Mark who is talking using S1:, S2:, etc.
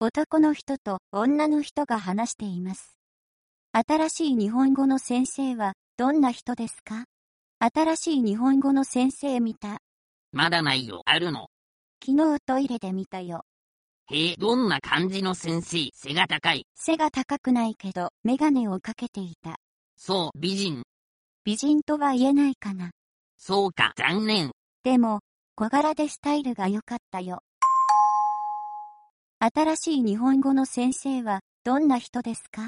S1: 男の人と女の人が話しています。新しい日本語の先生はどんな人ですか新しい日本語の先生見た。
S2: まだないよ、あるの。
S1: 昨日トイレで見たよ。
S2: へえ、どんな感じの先生背が高い。
S1: 背が高くないけど、メガネをかけていた。
S2: そう、美人。
S1: 美人とは言えないかな。
S2: そうか、残念。
S1: でも、小柄でスタイルが良かったよ。新しい日本語の先生は、どんな人ですか